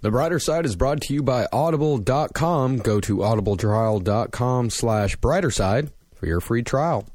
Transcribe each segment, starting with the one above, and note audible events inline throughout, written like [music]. The Brighter Side is brought to you by Audible.com. Go to audibletrial.com slash brighter side for your free trial.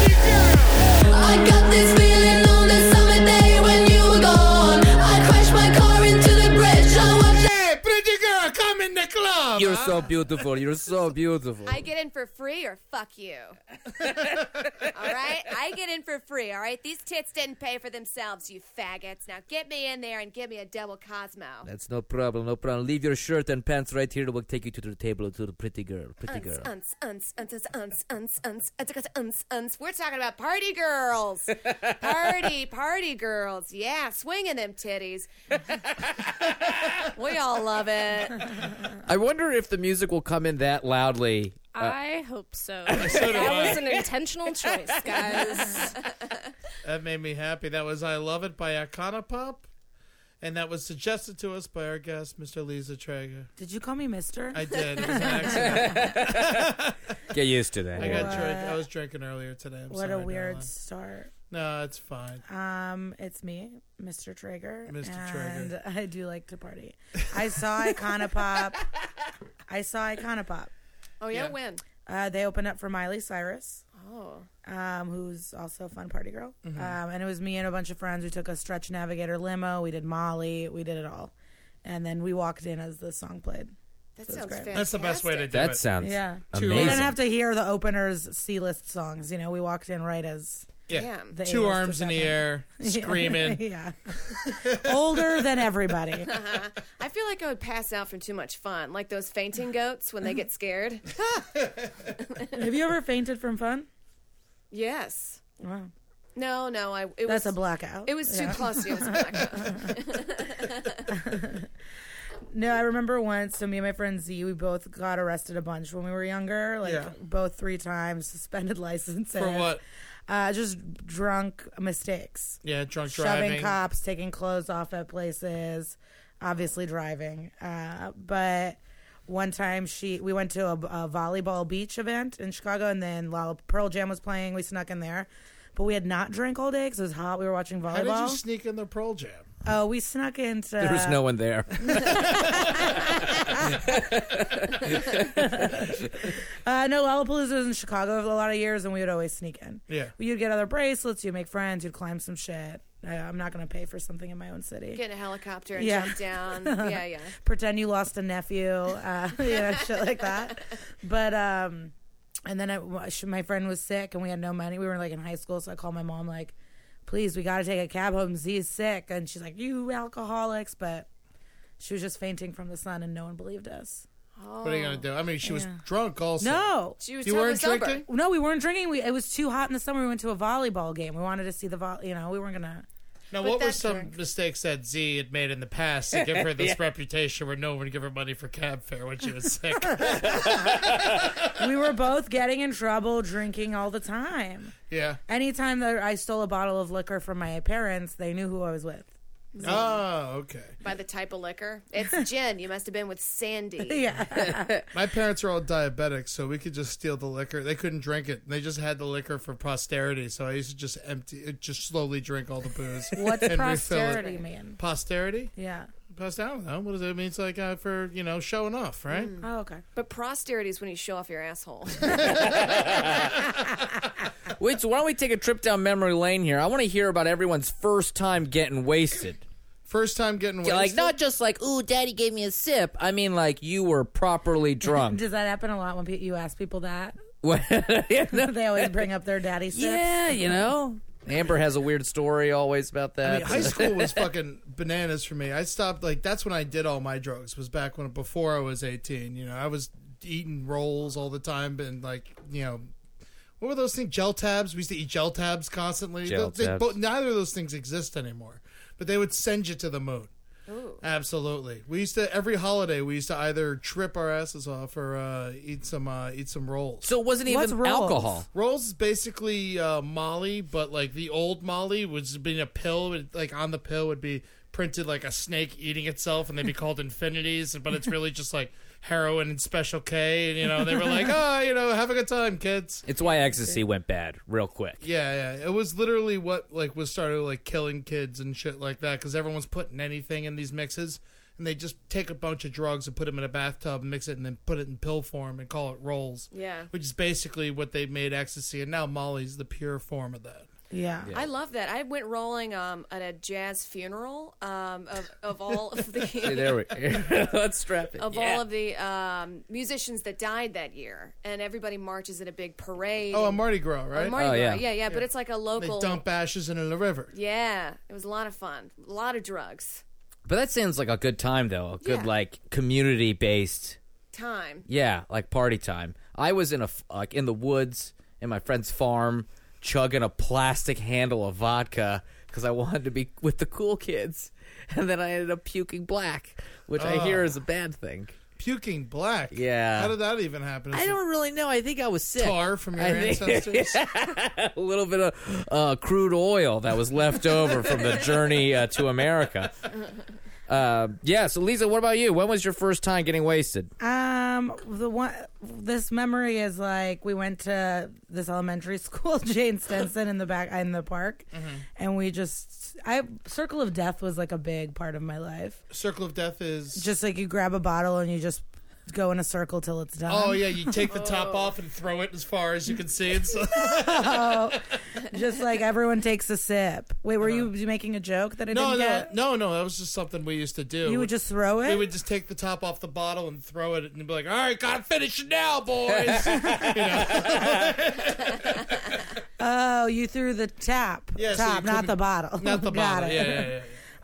I got this feeling on the summer day when you were gone. I crashed my car into the bridge. I watched Hey, pretty girl, come in the club. You're so beautiful. You're so beautiful. I get in for free or fuck you. all right? I get in for free, all right? These tits didn't pay for themselves, you faggots. Now get me in there and give me a double Cosmo. That's no problem. No problem. Leave your shirt and pants right here. We'll take you to the table to the pretty girl. Pretty Unce, girl. unce, unce, unce, unce, unce, unce, unce, unce, unce, unce. We're talking about party girls. Party, party girls. Yeah, swinging them titties. we all love it. I wonder if the music will come in that loudly. I hope [laughs] so. that was an intentional choice, guys. That made me happy. That was I Love It by Akana Pop. And that was suggested to us by our guest, Mr. Lisa Traeger. Did you call me Mister? I did. It was an accident. [laughs] Get used to that. I got drink. I was drinking earlier today. I'm what sorry, a weird darling. start. No, it's fine. Um, it's me, Mr. Traeger. Mr. And Traeger. [laughs] I do like to party. I [laughs] saw Iconopop. I saw Iconopop. [laughs] Oh, yeah, Yeah. win. Uh, they opened up for Miley Cyrus, Oh. um, who's also a fun party girl. Mm-hmm. Um, and it was me and a bunch of friends. We took a Stretch Navigator limo. We did Molly. We did it all. And then we walked in as the song played. That That's sounds great. fantastic. That's the best way to do That it. sounds Yeah. Two amazing. We hours. didn't have to hear the openers C-list songs. You know, we walked in right as yeah. Yeah. the Two A-list arms was in the happening. air, screaming. [laughs] yeah. Older than everybody. I feel like I would pass out from too much fun, like those [laughs] fainting goats when they get scared. Have you ever fainted from fun? Yes. Wow. No, no, I. It That's was, a blackout. It was too Yeah. close. It was a [laughs] blackout. No, I remember once. So me and my friend Z, we both got arrested a bunch when we were younger. Like Yeah. both three times, suspended [laughs] license. For what? Uh, just drunk mistakes, Yeah, drunk shoving driving. cops, taking clothes off at places, obviously driving. Uh, but one time she, we went to a, a volleyball beach event in Chicago, and then Lala Pearl Jam was playing. We snuck in there. But we had not drank all day because it was hot. We were watching How did you volleyball. sneak in the Pearl Jam? Oh, we snuck into. There was no one [laughs] there. Uh, no, Lollapalooza was in Chicago for a lot of years, and we would always sneak in. Yeah. You'd get other bracelets, you'd make friends, you'd climb some shit. I, I'm not going to pay for something in my own city. Get in a helicopter and Yeah. jump [laughs] down. Yeah, yeah. Pretend you lost a nephew, uh, [laughs] you know, shit like that. But, um, and then I, she- my friend was sick, and we had no money. We were like in high school, so I called my mom, like, please, we got to take a cab home. Z's sick. And she's like, you alcoholics. But she was just fainting from the sun, and no one believed us. What are you gonna do? I mean, she was drunk also. No. She was you totally weren't sober. drinking. No, we weren't drinking. We, it was too hot in the summer. We went to a volleyball game. We wanted to see the vol. You know, we weren't gonna. Now, what were that's some drunk. mistakes that Z had made in the past to give [laughs] her this reputation where no one would give her money for cab fare when she was [laughs] sick? We were both getting in trouble drinking all the time. yeah. Anytime that I stole a bottle of liquor from my parents, they knew who I was with. [laughs] Oh, okay. By the type of liquor, [laughs] it's gin. You must have been with Sandy. Yeah, My parents are all diabetic, so we could just steal the liquor. They couldn't drink it. They just had the liquor for posterity. So I used to just empty, uh, just slowly drink all the booze. [laughs] what's and Refill posterity it. mean? Posterity? Yeah. Post, I don't know. What does it mean? It's like uh, for you know showing off, right? Oh, okay. But posterity is when you show off your asshole. [laughs] [laughs] Wait, so why don't we take a trip down memory lane here? I want to hear about everyone's first time getting wasted. First time [laughs] getting Yeah, like wasted. not just like, "Ooh, daddy gave me a sip." I mean like you were [laughs] properly drunk. Does that happen a lot when pe- you ask people that? [laughs] Yeah, no. They always bring up their daddy sips. [laughs] yeah, you [laughs] know. Amber has a weird story always about that. I mean, high [laughs] school was fucking bananas for me. I stopped like that's when I did all my drugs. Was back when before I was eighteen. You know, I was eating rolls all the time and like you know What were those things? Gel tabs. We used to eat gel tabs constantly. Gel They- they tabs. bo- neither of those things exist anymore. But they would send you to the moon. Ooh. Absolutely. We used to every holiday. We used to either trip our asses off or uh, eat some uh, eat some rolls. So it wasn't What's even rolls? alcohol. Rolls is basically uh, Molly, but like the old Molly was being a pill. it- Like on the pill would be printed like a snake eating itself, and they'd be called infinities. But it's really just like heroin and Special K. And you know they were like, oh, you know, have a good time, kids. It's why ecstasy went bad real quick. Yeah, yeah. It was literally what like was started like killing kids and shit like that because everyone's putting anything in these mixes, and they just take a bunch of drugs and put them in a bathtub, mix it, and then put it in pill form and call it rolls. Yeah. which is basically what they made ecstasy, and now Molly's the pure form of that. Yeah. I love that. I went rolling um, at a jazz funeral um, of, of all of [laughs] Hey, the there we [laughs] Let's strap it. [laughs] of Yeah. all of the um, musicians that died that year, and everybody marches in a big parade. Oh, a and- Mardi Gras, right? a Mardi Oh, Gras. yeah. yeah. yeah, But it's like a they local. dump ashes into the river. Yeah, it was a lot of fun. A lot of drugs. But that sounds like a good time though. A good Yeah. like community based. Time. Yeah, like party time. I was in a f- like in the woods in my friend's farm, chugging a plastic handle of vodka because I wanted to be with the cool kids, [laughs] and then I ended up puking black, which I Ah. hear is a bad thing. Puking black. Yeah. How did that even happen? I don't really know. I think I was sick. Tar from your I think- ancestors. [laughs] a little bit of uh, crude oil that was left over from the journey uh, to America. Uh, yeah. So, Lisa, what about you? When was your first time getting wasted? Um, the one, this memory is like we went to this elementary [laughs] school, Jane Stenson, in the back in the park, and we just, I Circle of Death was like a big part of my life. Circle of Death is. Just like you grab a bottle and you just go in a circle till it's done. Oh yeah, you take the top off and throw it as far as you can see. It's [laughs] just like everyone takes a sip. Wait, were you making a joke that I Uh-huh. no, didn't no, get? no, no. That was just something we used to do. You would just throw it. we would just take the top off the bottle and throw it, and be like, "All right, gotta finish it now, [laughs] boys." You know? oh, you threw the tap, Yeah, so top, you not couldn't- the bottle, Not [laughs] the Got bottle. it. Yeah, yeah, yeah.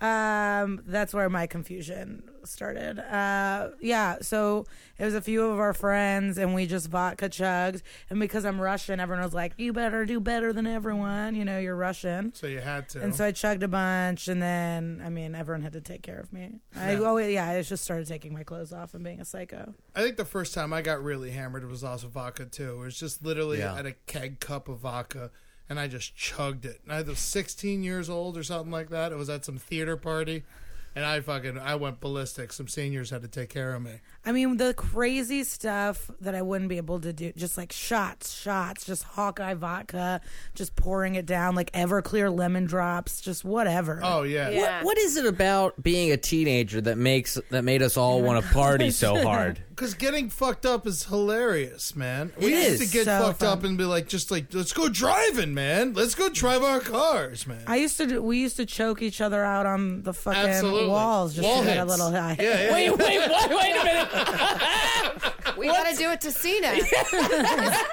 um, that's where my confusion started. Uh, yeah, so it was a few of our friends, and we just vodka chugged. And because I'm Russian, everyone was like, "You better do better than everyone." You know, you're Russian. So you had to. And so I chugged a bunch, and then I mean, everyone had to take care of me. I oh yeah, I just started taking my clothes off and being a psycho. I think the first time I got really hammered was also vodka too. It was just literally Yeah. I had a keg cup of vodka and I just chugged it. And I was 16 years old or something like that. It was at some theater party, and I fucking I went ballistic. Some seniors had to take care of me. I mean, the crazy stuff that I wouldn't be able to do, just like shots, shots, just Hawkeye vodka, just pouring it down, like Everclear lemon drops, just whatever. Oh yeah, Yeah. What is it about being a teenager that makes that made us all want to party so hard? Because getting fucked up is hilarious, man. We It used is to get so fucked fun. up and be like, just like, let's go driving, man. Let's go drive our cars, man. I used to, do, we used to choke each other out on the fucking Absolutely. walls just Wall to get a hits. little high. yeah, yeah. wait, wait, wait, wait a minute. We gotta do it to Cena. [laughs]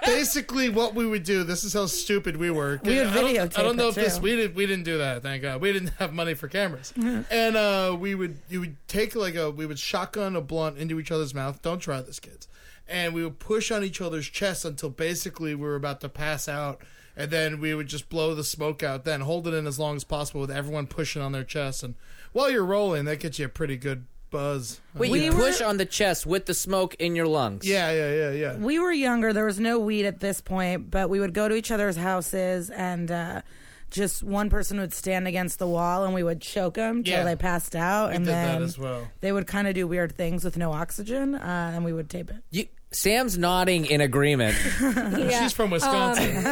Basically, what we would do. This is how stupid we were. We would I don't- videotape I don't know it, if this too. we did. We didn't do that. Thank God. We didn't have money for cameras. and uh, we would you would take like a we would shotgun a blunt into each other's mouth. Don't try this, kids. And we would push on each other's chests until basically we were about to pass out. And then we would just blow the smoke out. Then hold it in as long as possible with everyone pushing on their chest. And while you're rolling, that gets you a pretty good buzz. Wait, you push on the chest with the smoke in your lungs. yeah, yeah, yeah, yeah. we were younger. There was no weed at this point, but we would go to each other's houses and uh, just one person would stand against the wall and we would choke them till Yeah. they passed out. and did that then as well. they would kind of do weird things with no oxygen uh, and we would tape it. You, Sam's nodding in agreement. She's Um, from Wisconsin.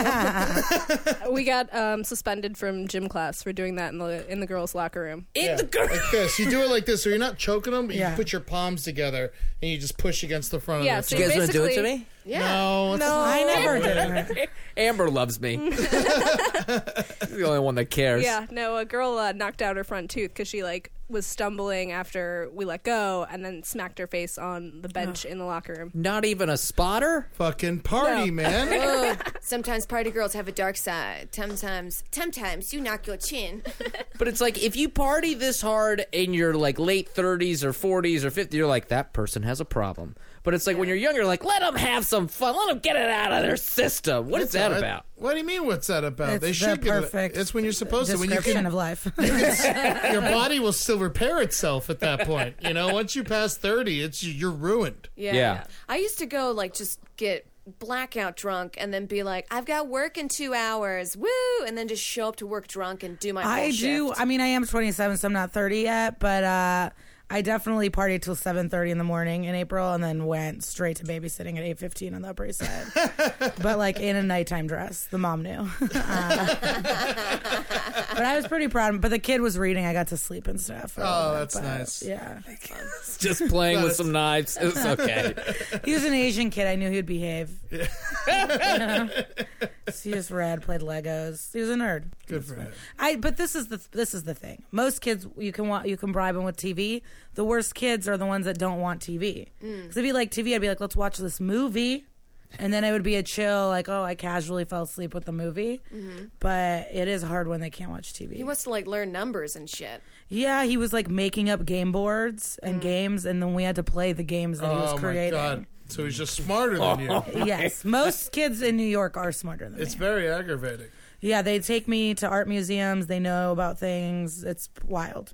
we got um, suspended from gym class for doing that in the in the girls' locker room. In the girl. [laughs] like this. You do it like this, so you're not choking them, but Yeah. you put your palms together and you just push against the front Yeah, of so their You guys want to do it to basically- me? Yeah. No, it's- I never [laughs] did. it. Amber loves me. [laughs] She's the only one that cares. Yeah, no, a girl uh, knocked out her front tooth because she like was stumbling after we let go and then smacked her face on the bench in the locker room. Not even a spotter? Fucking party, [laughs] No. man. Sometimes party girls have a dark side. Sometimes, sometimes you knock your chin. [laughs] But it's like if you party this hard in your like late 30s or 40s or 50s, you're like that person has a problem. But it's like when you're younger, like let them have some fun, let them get it out of their system. What is that [laughs] What- about? What do you mean? What's that about? It's they the should get it. perfect It's when you're supposed to. When you description can, [laughs] of life. [laughs] your body will still repair itself at that point. You know, once you pass thirty, it's you're ruined. Yeah. Yeah. I used to go like just get blackout drunk and then be like, I've got work in two hours, woo, and then just show up to work drunk and do my. whole I do. shift. I mean, I am 27, so I'm not 30 yet, but uh, I definitely partied till 7:30 in the morning in April, and then went straight to babysitting at 8:15 on the Upper [laughs] East Side. but like in a nighttime dress, the mom knew. [laughs] Uh, but I was pretty proud. But the kid was reading. I got to sleep and stuff. Oh, that's nice. Yeah, Just playing with some knives. [laughs] It's okay. he was an Asian kid. I knew he'd behave. so [laughs] he just read, played Legos. He was a nerd. Good for him. I but this is the this is the thing. Most kids you can want you can bribe them with TV. The worst kids are the ones that don't want TV. Because if you like TV, I'd be like, let's watch this movie, and then it would be a chill like, oh, I casually fell asleep with the movie. But it is hard when they can't watch TV. He wants to like learn numbers and [laughs] shit. yeah, he was like making up game boards and games, and then we had to play the games that he Oh was my creating. god. So he's just smarter [laughs] than you. [laughs] Yes, most kids in New York are smarter than It's me. very aggravating. Yeah, they take me to art museums. They know about things. It's wild.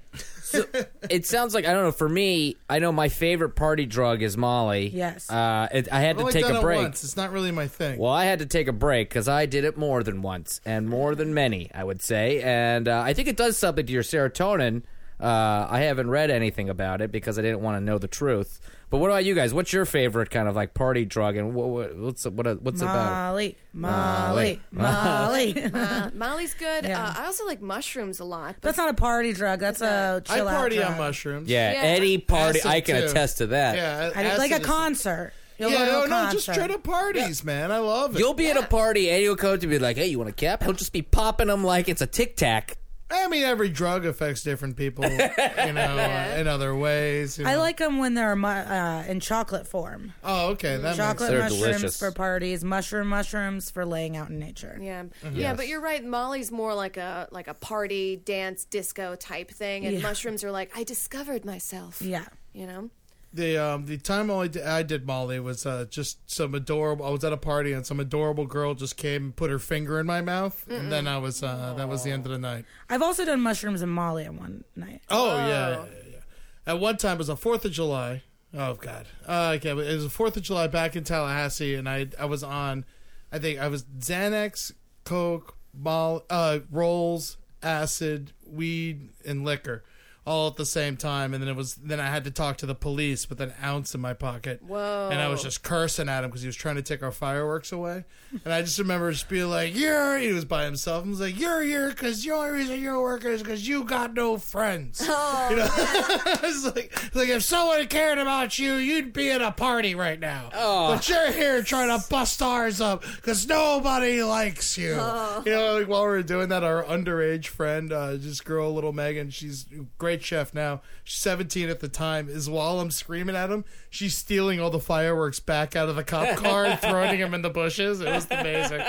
It sounds like I don't know. For me, I know my favorite party drug is Molly. Yes. Uh, it, I had I've only to take done a it break. once. It's not really my thing. Well, I had to take a break because I did it more than once and more than many, I would say. And uh, I think it does something to your serotonin. Uh, I haven't read anything about it because I didn't want to know the truth. But what about you guys? What's your favorite kind of like party drug and what, what, what's what, uh, what's about it? Molly, Molly, Molly. Uh, Molly's good. Yeah. Uh, I also like mushrooms a lot. But [laughs] That's not a party drug. That's a I chill out party drug. on mushrooms. Yeah, Yeah. any party. Acid, I can too. attest to that. Yeah. I acid like a is- concert. You'll Yeah, go to no, a no, just concert. straight up parties, man. I love it. You'll be at a party and you'll come to be like, "Hey, you want a cap?" He'll just be popping them like it's a tic tac. I mean, every drug affects [laughs] different people, you know, uh, in other ways. you I know. like them when they're mu- uh, in chocolate form. Oh, okay, that Chocolate They're mushrooms delicious. for parties. Mushroom mushrooms for laying out in nature. yeah, Mm-hmm. yeah, but you're right. Molly's more like a like a party dance disco type thing, and Yeah. mushrooms are like I discovered myself. Yeah. you know. the um the time I did, I did Molly was uh, just some adorable. I was at a party and some adorable girl just came and put her finger in my mouth, and then I was uh, that was the end of the night. I've also done mushrooms and Molly on one night. Oh yeah, yeah, yeah, yeah. At one time, it was the Fourth of July. Oh God, uh, okay, it was the Fourth of July back in Tallahassee, and I I was on, I think I was Xanax, Coke, Mol, uh, rolls, acid, weed, and liquor, all at the same time. And then it was then I had to talk to the police with an ounce in my pocket. Whoa. And I was just cursing at him because he was trying to take our fireworks away. And I just remember just being like, "You're," he was by himself. I was like, "You're here because the only reason you're working is because you got no friends." Oh. You know, [laughs] it's like, it's like if someone cared about you, you'd be at a party right now. Oh. But you're here trying to bust ours up because nobody likes you. Oh. You know, like while we were doing that, our underage friend, uh, this girl, little Megan, she's a great chef now. She's 17 at the time. Is while I'm screaming at him, she's stealing all the fireworks back out of the cop car and throwing them in the bushes. It was amazing.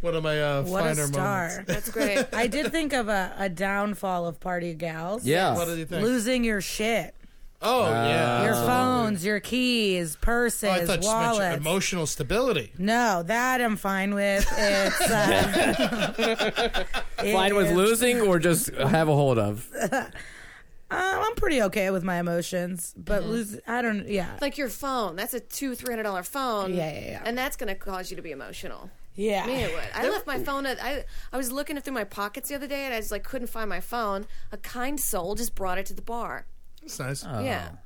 One of my uh, What a finer star. moments. [laughs] That's [laughs] great. I did think of a, a downfall of party gals. Yeah. What did you think? Losing your shit. oh yeah. Your phones, your keys, purses, Oh, I thought you just mentioned wallets. emotional stability. No, that I'm fine with. [laughs] It's uh, Fine it with is- losing or just have a hold of. Uh, I'm pretty okay with my emotions, but lose. I don't. Yeah, like your phone. That's a two three hundred dollar phone. Yeah, yeah, yeah. And that's gonna cause you to be emotional. yeah. Me, it would. I left my phone. At, I I was looking through my pockets the other day, and I just like couldn't find my phone. A kind soul just brought it to the bar. It's nice. Yeah. Oh.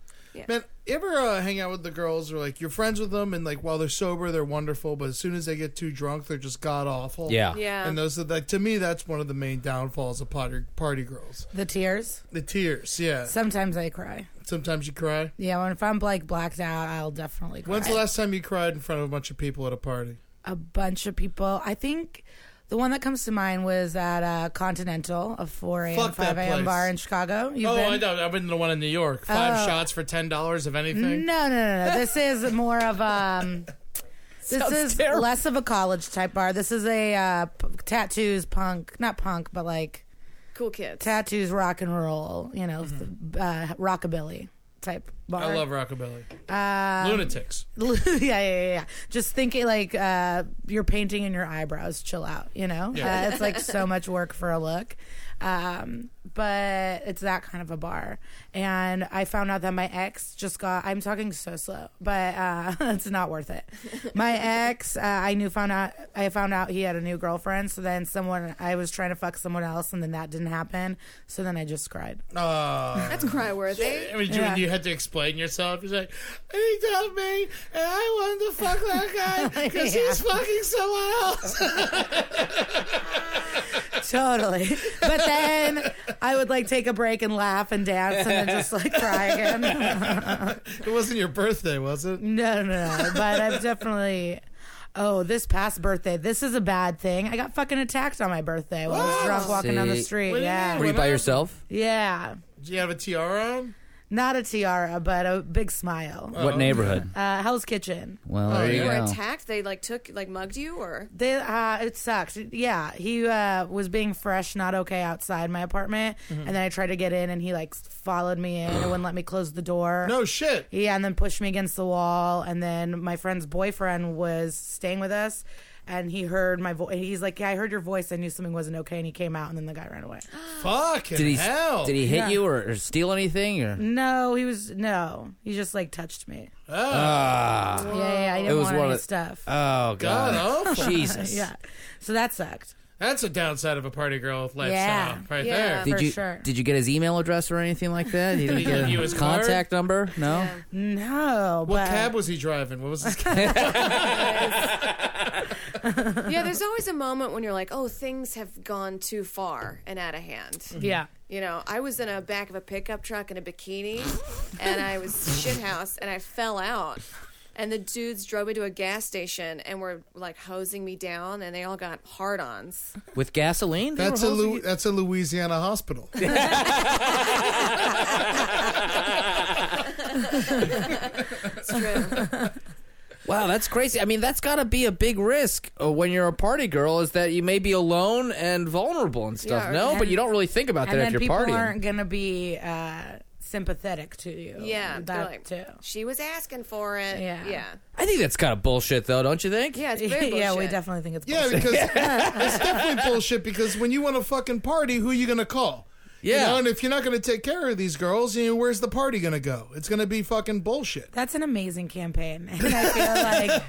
Man, you ever uh, hang out with the girls or like you're friends with them and like while they're sober they're wonderful, but as soon as they get too drunk they're just god awful. Yeah. Yeah. And those are like to me that's one of the main downfalls of party party girls. The tears. The tears, yeah. Sometimes I cry. Sometimes you cry. Yeah, when if I'm like blacked out, I'll definitely cry. When's the last time you cried in front of a bunch of people at a party? a bunch of people. I think The one that comes to mind was at uh, Continental, a 4 a.m. Fuck 5 that a.m. place. bar in Chicago. You've Oh, been? I know. I've been to the one in New York. Five Oh. Mm. shots for ten dollars of No, anything. no, [laughs] no, no. This is more of um. This Sounds is terrible. less of a college type bar. This is a uh, p- tattoos punk, not punk, but like Cool kids. tattoos rock and roll. You know, uh, rockabilly type bar. Mm-hmm. I [laughs] love rockabilly. Uh, Lunatics. yeah, yeah, yeah, yeah. Just thinking like uh, you're painting in your eyebrows. Chill out, you know. Yeah. Uh, it's like so much work for a look, um, but it's that kind of a bar. And I found out that my ex just got. I'm talking so slow, but uh, [laughs] it's not worth it. My ex, uh, I knew found out. I found out he had a new girlfriend. So then someone, I was trying to fuck someone else, and then that didn't happen. So then I just cried. Uh, That's cry worthy. I mean, you, Yeah. you had to explain yourself. You're like, he dumped me, and I wanted to fuck that [laughs] guy because Yeah. he's fucking someone else. totally. But then I would like take a break and laugh and dance and then just like cry [laughs] again. [laughs] it wasn't your birthday, was it? no, no, no. But I've definitely. Oh, this past birthday. This is a bad thing. I got fucking attacked on my birthday while I was drunk walking down the See? street. What do you yeah. Were you When by I- yourself? Yeah. Do you have a tiara on? Not a tiara, but a big smile. what neighborhood? Uh, Hell's Kitchen. Oh, Well, there You you were go. attacked. They like took like mugged you or They, uh, it sucked. Yeah, he uh, was being fresh, not okay outside my apartment, Mm-hmm. and then I tried to get in, and he like followed me in and wouldn't let me close the door. No shit. Yeah, and then pushed me against the wall. And then my friend's boyfriend was staying with us, and he heard my voice. He's like, "Yeah, I heard your voice. I knew something wasn't okay." And he came out, and then the guy ran [gasps] away. Fucking Did he hell. did he hit Yeah. you or, or steal anything or? No, he was no. He just like touched me. Oh, Ah, Yeah, yeah, yeah, I It didn't was want one any of- stuff. oh God god, awful. Jesus. [laughs] yeah, so that sucked. That's a downside of a party girl lifestyle Yeah. right Yeah. there. Did For you sure. did you get his email address or anything like that? You didn't Did [laughs] he give get you his his card? contact number? No. No, What but cab was he driving? What was [laughs] his cab? [laughs] yeah. There's always a moment when you're like, oh, things have gone too far and out of hand. yeah. You know, I was in a back of a pickup truck in a bikini, and I [laughs] was shithoused, and I fell out. And the dudes drove me to a gas station and were like hosing me down, and they all got hard-ons. With gasoline? They That's were a hosing Lu- you- that's a Louisiana hospital. It's [laughs] true. Wow, that's crazy. I mean, that's got to be a big risk uh, when you're a party girl is that you may be alone and vulnerable and stuff. Yeah, no, and- but you don't really think about that if And then you're people partying. aren't gonna be uh, sympathetic to you. Yeah, they're that like, too. She was asking for it. Yeah. yeah, I think that's kind of bullshit though, don't you think? yeah. It's very [laughs] yeah, we bullshit. definitely think it's Yeah, bullshit. [laughs] because it's definitely bullshit. Because when you want to fucking party, who you gonna call? Yeah. you know, and if you're not gonna take care of these girls, you know, where's the party gonna go? It's gonna be fucking bullshit. That's an amazing campaign. [laughs] And I feel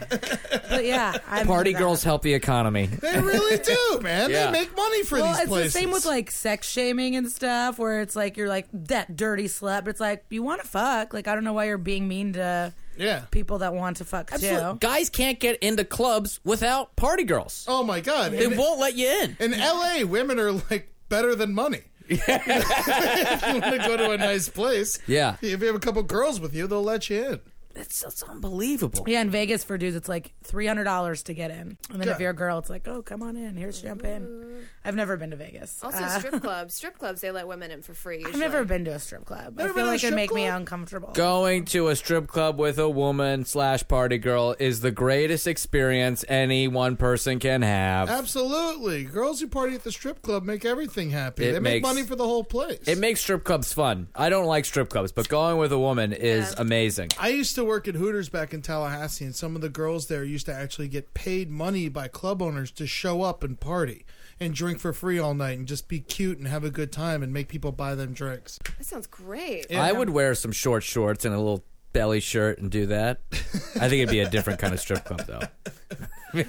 like, but yeah, I'm Party that. girls help the economy. They [laughs] really do, man. Yeah. They make money for Well, these it's places. the same with like sex shaming and stuff, where it's like you're like that dirty slut, but it's like you want to fuck. Like I don't know why you're being mean to yeah. people that want to fuck Absolutely. too. Guys can't get into clubs without party girls. Oh my god. They In, won't let you in. in L.A., women are like better than money. [laughs] if you want to go to a nice place, Yeah. If you have a couple girls with you, they'll let you in. That's, that's unbelievable. Yeah, in Vegas for dudes, it's like three hundred dollars to get in, and then if God. you're a girl, it's like, oh, come on in. Here's champagne. I've never been to Vegas. Also, Uh, [laughs] strip clubs. Strip clubs, they let women in for free. I've never been to a strip club. I Never feel been to a like it'd strip make me club? uncomfortable. Going to a strip club with a woman slash party girl is the greatest experience any one person can have. Absolutely, girls who party at the strip club make everything happy. It they makes- make money for the whole place. It makes strip clubs fun. I don't like strip clubs, but going with a woman is amazing. I used to work at Hooters back in Tallahassee, and some of the girls there used to actually get paid money by club owners to show up and party and drink for free all night and just be cute and have a good time and make people buy them drinks. That sounds great. I would wear some short shorts and a little belly shirt and do that. I think it'd be a different kind of strip club, though.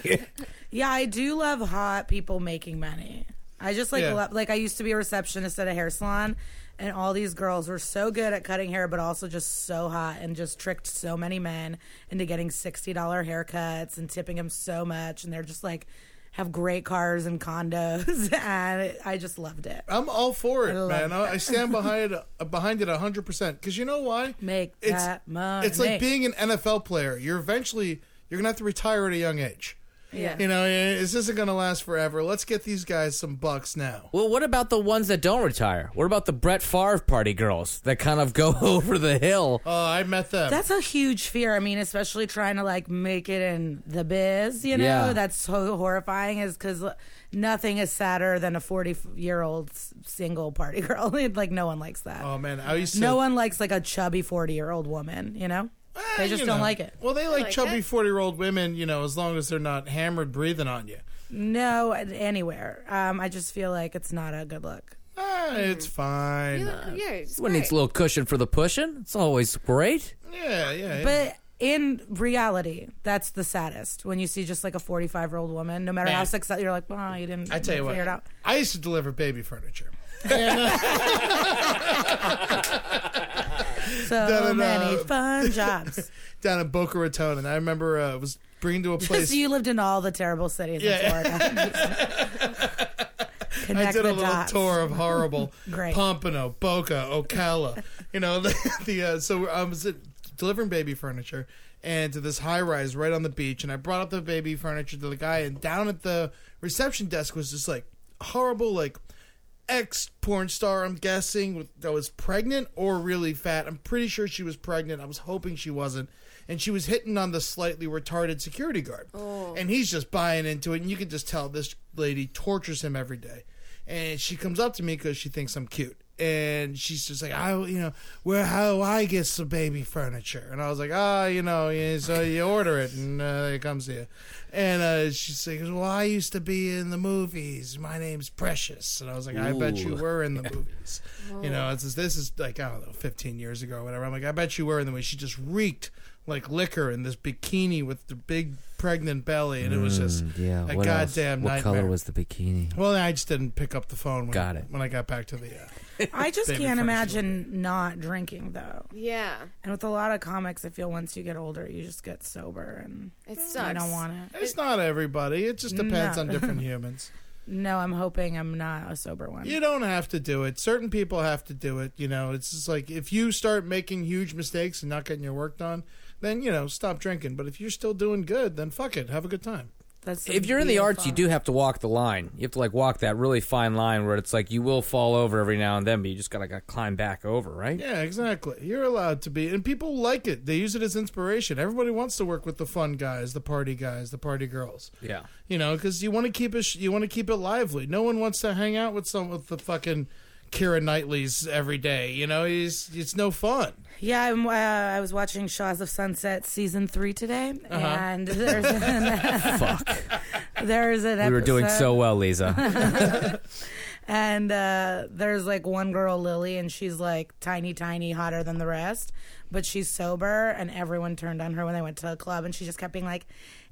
Yeah, I do love hot people making money. I just like Yeah. love, like I used to be a receptionist at a hair salon, and all these girls were so good at cutting hair, but also just so hot and just tricked so many men into getting sixty dollar haircuts and tipping them so much, and they're just like have great cars and condos, [laughs] and I just loved it. I'm all for it, love man. I, I [laughs] stand behind it, behind it 100 percent because you know why? Make that money. It's like being an NFL player. You're eventually you're gonna have to retire at a young age. Yeah. You know, eh, is this isn't going to last forever. Let's get these guys some bucks now. Well, what about the ones that don't retire? What about the Brett Favre party girls that kind of go [laughs] over the hill? Oh, I met them. That's a huge fear. I mean, especially trying to like make it in the biz, you know? Yeah. That's so horrifying is cuz nothing is sadder than a 40-year-old single party [laughs] girl. like no one likes that. oh man, I used to. no one likes like a chubby 40-year-old woman, you know? Eh, They just you don't know. like it. Well, they like, like chubby it. forty-year-old women, you know, as long as they're not hammered breathing on you. No, anywhere. Um, I just feel like it's not a good look. Ah, It's fine. You look- yeah, it's One great. needs a little cushion for the pushing. It's always great. Yeah, yeah. yeah. But Eh, in reality, that's the saddest when you see just like a 45 year old woman, no matter how Man. successful, you're like, wow, you didn't I tell you figure what, [laughs] it out. I used to deliver baby furniture. [laughs] So Da-da-da. many fun jobs. down in Boca Raton, and I remember uh, was bringing to a place. so you lived in all the terrible cities Yeah. in Florida. [laughs] [laughs] Connect I did the a little dots. tour of horrible Great. Pompano, Boca, Ocala. You know [laughs] the, the uh, so I was at- delivering baby furniture and to this high rise right on the beach, and I brought up the baby furniture to the guy, and down at the reception desk was this like horrible like ex porn star, I'm guessing, with- that was pregnant or really fat. I'm pretty sure she was pregnant. I was hoping she wasn't. And she was hitting on the slightly retarded security guard. And he's just buying into it. And you can just tell this lady tortures him every day. And she comes up to me because she thinks I'm cute. And she's just like, I, you know, where, how do I get some baby furniture? And I was like, ah, you know, yeah, so you order it and uh, it comes to you. And uh, she says, well, I used to be in the movies. My name's Precious. And I was like, I bet you Ooh. [laughs] were in the movies. You know, it's, this is like, I don't know, 15 years ago or whatever. I'm like, I bet you were in the movies. She just reeked like liquor in this bikini with the big pregnant belly. And it was just a goddamn Mm, What nightmare. color was the bikini? well, I just didn't pick up the phone when, Got it. when I got back to the. Uh, I just Baby can't furniture. imagine not drinking though. Yeah, And with a lot of comics, I feel once you get older, you just get sober and it sucks. I don't want it. it's not everybody. It just depends No. on different humans. No, I'm hoping I'm not a sober one. You don't have to do it. Certain people have to do it. You know, it's just like if you start making huge mistakes and not getting your work done, then you know stop drinking. But if you're still doing good, then fuck it, have a good time. That's If you're in the arts, you beautiful. do have to walk the line. You have to like walk that really fine line where it's like you will fall over every now and then, but you just gotta, gotta climb back over, right? Yeah, exactly. You're allowed to be, and people like it. They use it as inspiration. Everybody wants to work with the fun guys, the party guys, the party girls. Yeah. You know, because you want to keep it, sh- you want to keep it lively. No one wants to hang out with some with the fucking Kira Knightley's every day. You know, it's it's no fun. Yeah, I'm, uh, I was watching Shaws of Sunset season three today, and there's an Uh-huh. [laughs] [laughs] Fuck. there's an We were doing episode- so well, [laughs] Lisa. and uh, there's like one girl, Lily, and she's like tiny, tiny, hotter than the rest, but she's sober, and everyone turned on her when they went to a club, and she just kept being like.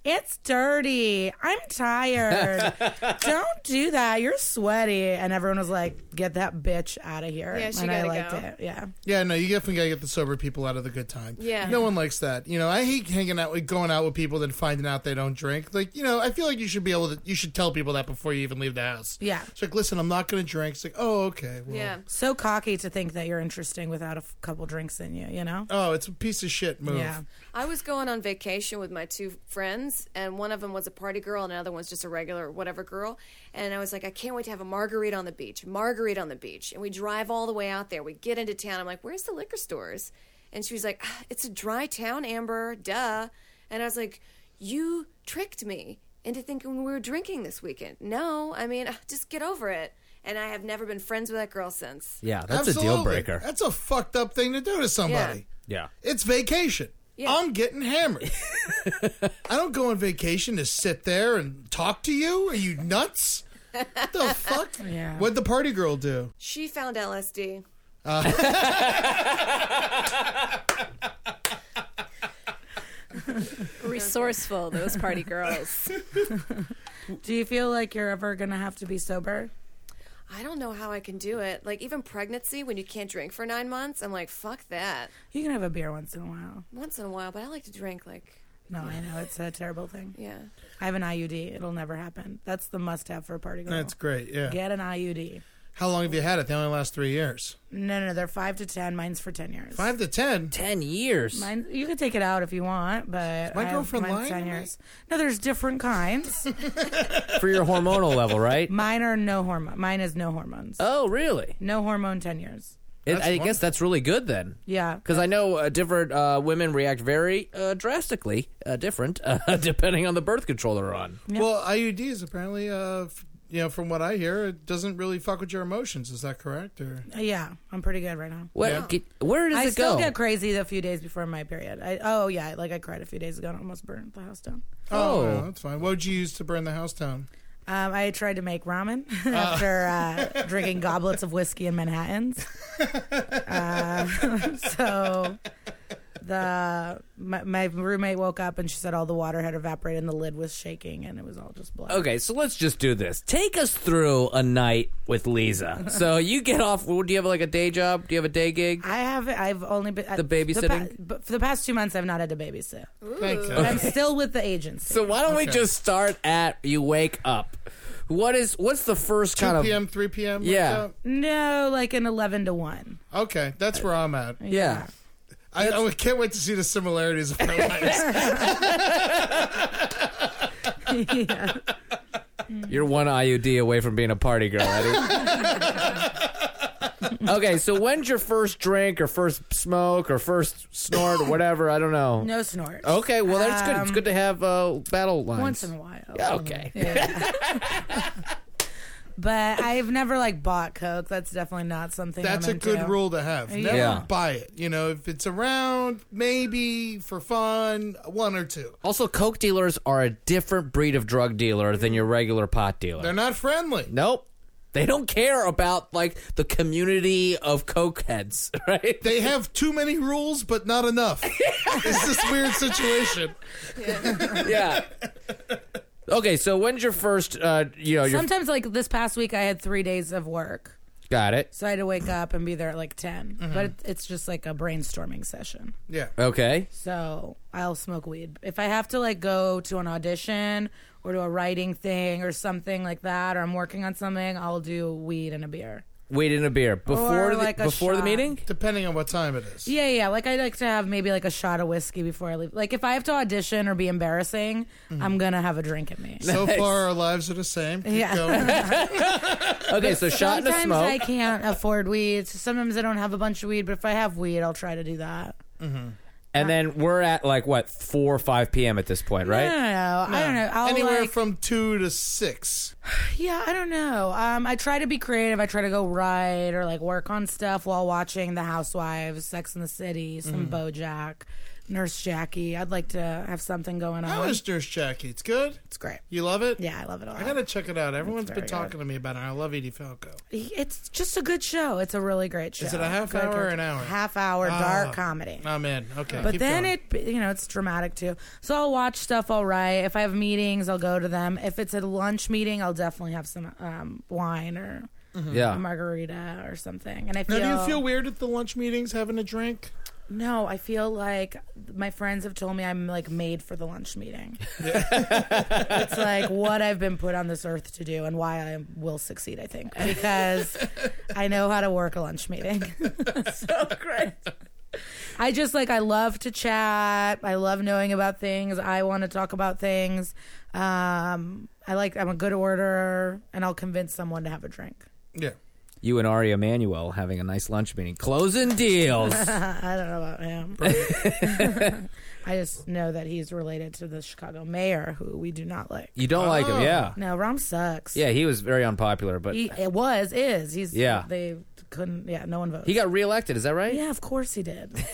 It's dirty. I'm tired. Don't do that. You're sweaty. And everyone was like, "Get that bitch out of here." Yeah, she and I gotta liked go. it. Yeah. Yeah, no, you definitely gotta get the sober people out of the good time. Yeah. no one likes that. You know, I hate hanging out with going out with people then finding out they don't drink. Like, you know, I feel like you should be able to. You should tell people that before you even leave the house. Yeah. it's like, listen, I'm not gonna drink. It's like, oh, okay. Well, Yeah, So cocky to think that you're interesting without a f- couple drinks in you. You know. Oh, it's a piece of shit move. Yeah. I was going on vacation with my two friends, and one of them was a party girl, and another one's just a regular whatever girl. And I was like, I can't wait to have a margarita on the beach, margarita on the beach. And we drive all the way out there. We get into town. I'm like, where's the liquor stores? And she was like, "Ah, it's a dry town, Amber, duh. And I was like, you tricked me into thinking we were drinking this weekend. No, I mean, [laughs] ah, just get over it. And I have never been friends with that girl since. Yeah, that's a deal Absolutely. breaker. That's a fucked up thing to do to somebody. yeah. It's vacation. Yeah. I'm getting hammered. I don't go on vacation to sit there and talk to you. Are you nuts? What the fuck? Yeah. What'd the party girl do? She found LSD. Resourceful, those party girls. Do you feel like you're ever gonna have to be sober? I don't know how I can do it. Like even pregnancy, when you can't drink for nine months, I'm like, fuck that. You can have a beer once in a while. Once in a while, but I like to drink. Like, No, I know it's a terrible thing. yeah, I have an IUD. It'll never happen. That's the must-have for a party girl. That's great. Yeah. Get an IUD. How long have you had it? They only last three years. No, no, they're five to ten. Mine's for ten years. Five to ten. Ten years. Mine, you can take it out if you want, but my I have- girlfriend mine's lying ten to me? years. No, there's [laughs] different kinds. [laughs] For your hormonal level, right? Mine are no hormone. Mine is no hormones. Oh, really? No hormone. Ten years. It- I guess wonderful. that's really good then. Yeah. Because I know uh, different uh, women react very uh, drastically uh, different [laughs] uh, depending on the birth control they're on. Well, IUDs apparently, uh, f- you know, from what I hear, it doesn't really fuck with your emotions. Is that correct? Or Yeah, I'm pretty good right now. What, get- where does I it still go? get crazy the few days before my period. I, oh yeah, like I cried a few days ago and almost burned the house down. oh, Oh. no, that's fine. What would you use to burn the house down? Um, I tried to make ramen [laughs] Oh. after uh, drinking goblets of whiskey in Manhattan's. uh, [laughs] so the my, my roommate woke up and she said all the water had evaporated and the lid was shaking and it was all just blood. okay, so let's just do this. Take us through a night with [laughs] Lisa. so you get off. well, Do you have like a day job? Do you have a day gig? I have I've only been uh, The The pa- babysitting? but for the past two months, I've not had to babysit. Thank you. I'm still with the agency. So why don't we Okay. just start at you wake up? What is what's the first kind Two of p.m., three p.m. wake Yeah. up? no, like an eleven to one. Okay, that's where I'm at. yeah? I, I can't wait to see the similarities of our lives. yeah. You're one IUD away from being a party girl, [laughs] Eddie. okay, so when's your first drink or first smoke or first snort or whatever? I don't know. No snort. Okay, well that's good. It's Um, good to have uh, battle lines. Once in a while. Yeah, okay. Yeah. [laughs] but I've never like bought Coke. That's definitely not something. That's I'm a good into. rule to have. Never Yeah. buy it. You know, if it's around, maybe for fun, one or two. Also, coke dealers are a different breed of drug dealer than your regular pot dealer. They're not friendly. nope. They don't care about like the community of coke heads, [laughs] right? They have too many rules, but not enough. it's this weird situation. yeah. Okay, so when's your first? Uh, you know, your Sometimes like this past week, I had three days of work, got it. so I had to wake up and be there at like 10 Mm-hmm. But it, it's just like a brainstorming session. Yeah. Uh, Okay. So I'll smoke weed if I have to like go to an audition or to a writing thing or something like that, or I'm working on something. I'll do weed and a beer. Wait in a beer before Or the, like a before the shot. meeting. Depending on what time it is. Yeah, yeah. Like I like to have maybe like a shot of whiskey before I leave. Like if I have to audition or be embarrassing, Mm-hmm. I'm gonna have a drink in me. So Nice. far, our lives are the same. Keep Yeah. going. Okay, so shot and a [laughs] Sometimes smoke. I can't afford weed. So sometimes I don't have a bunch of weed, but if I have weed, I'll try to do that. and then we're at like what four or five p.m. at this point, I don't right? know. I don't know. I'll Anywhere like, from two to six. yeah, I don't know. Um, I try to be creative. I try to go write or like work on stuff while watching The Housewives, Sex in the City, Mm-hmm. some BoJack, Nurse Jackie. I'd like to have something going on. How is Nurse Jackie? It's good. it's great. You love it? Yeah, I love it a lot. I gotta check it out. Everyone's been very good. talking to me about it. I love Edie Falco. It's just a good show. It's a really great show. Is it a half Good hour or good- an hour? Half hour Ah. dark comedy. Oh man. Okay. But keep then going. it, you know, it's dramatic too. So I'll watch stuff. I'll write. If I have meetings, I'll go to them. If it's a lunch meeting, I'll definitely have some um, wine or a Yeah. margarita or something. And Ah. I Now, feel, do you feel weird at the lunch meetings having a drink? no. I feel like my friends have told me I'm like made for the lunch meeting. it's like what I've been put on this earth to do and why I will succeed. I think because I know how to work a lunch meeting. [laughs] So great. I just like I love to chat. I love knowing about things. I want to talk about things. Um, I like I'm a good orderer, and I'll convince someone to have a drink. Yeah. You and Ari Emanuel having a nice lunch meeting, closing deals. [laughs] I don't know about [laughs] him. I just know that he's related to the Chicago mayor, who we do not like. you don't like Oh. him, yeah? No, Rom sucks. Yeah, he was very unpopular, but he, it was is he's Yeah. They couldn't. Yeah, no one voted. he got reelected. Is that right? yeah, of course he did. [laughs]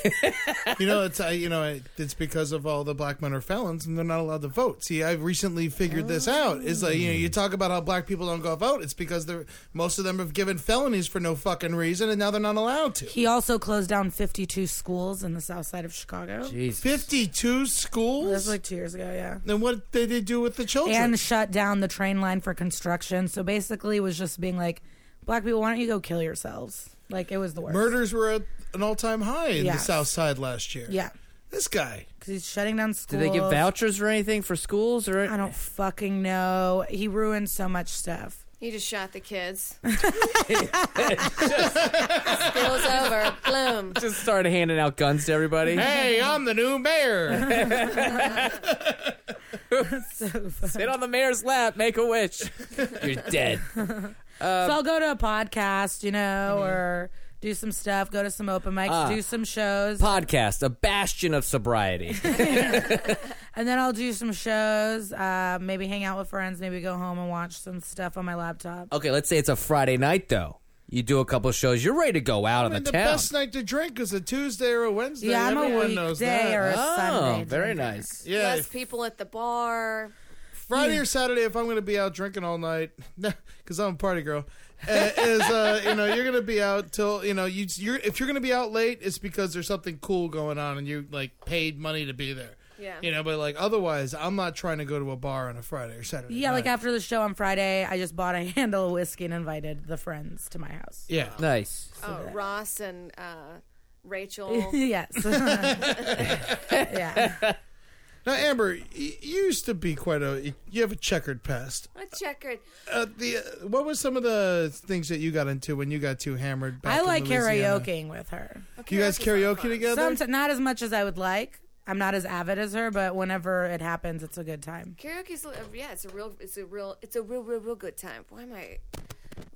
You know, it's I, you know, it's because of all the black men are felons and they're not allowed to vote. See, I've recently figured this out. Is like you know, you talk about how black people don't go vote. It's because they're most of them have given felonies for no fucking reason, and now they're not allowed to. he also closed down 52 schools in the South Side of Chicago. Jesus. Fifty-two That was schools. like two years ago. Yeah. then what did they do with the children? and shut down the train line for construction. So basically, it was just being like, black people, why don't you go kill yourselves? Like it was the worst. Murders were at an all-time high in the Yes. South Side last year. Yeah, this guy. because he's shutting down schools. Did they give vouchers or anything for schools or? I don't fucking know. He ruined so much stuff. You just shot the kids. School's over. Bloom. [laughs] Just started handing out guns to [laughs] everybody. Hey, I'm the new [laughs] mayor. Sit on the mayor's lap, make a [laughs] wish. You're dead. so I'll go to a podcast, you know, Mm-hmm. or do some stuff, go to some open mics, Ah. do some shows, Podcast, a bastion of [laughs] sobriety. and then I'll do some shows. Uh, maybe hang out with friends, maybe go home and watch some stuff on my laptop. Okay, let's say it's a Friday night though. You do a couple shows, you're ready to go out I mean, on the, the town. best night to drink is a Tuesday or a Wednesday. yeah, I'm a Everyone knows weekday that. or a oh, Sunday. very drinker. nice. yeah, Less people at the bar. Friday or Saturday, if I'm going to be out drinking all night, [laughs] because I'm a party girl, uh, is uh, you know you're going to be out till you know you you're if you're going to be out late, it's because there's something cool going on and you like paid money to be there. Yeah. You know, but like otherwise, I'm not trying to go to a bar on a Friday or Saturday. Yeah, like night. after the show on Friday, I just bought a [laughs] handle of whiskey and invited the friends to my house. yeah. Nice. Oh, Ross and uh, [laughs] Rachel. yes. [laughs] yeah. Now, Amber, y- you used to be quite a you have a checkered past. I checkered. Uh, the uh, what were some of the things that you got into when you got too hammered? Back I in like Louisiana? karaokeing with her. You guys Karaoke's karaoke together? Sometimes not as much as I would like. I'm not as avid as her, but whenever it happens, it's a good time. Karaoke's, uh, yeah, it's a real, it's a real, it's a real, real, real good time. Why am I?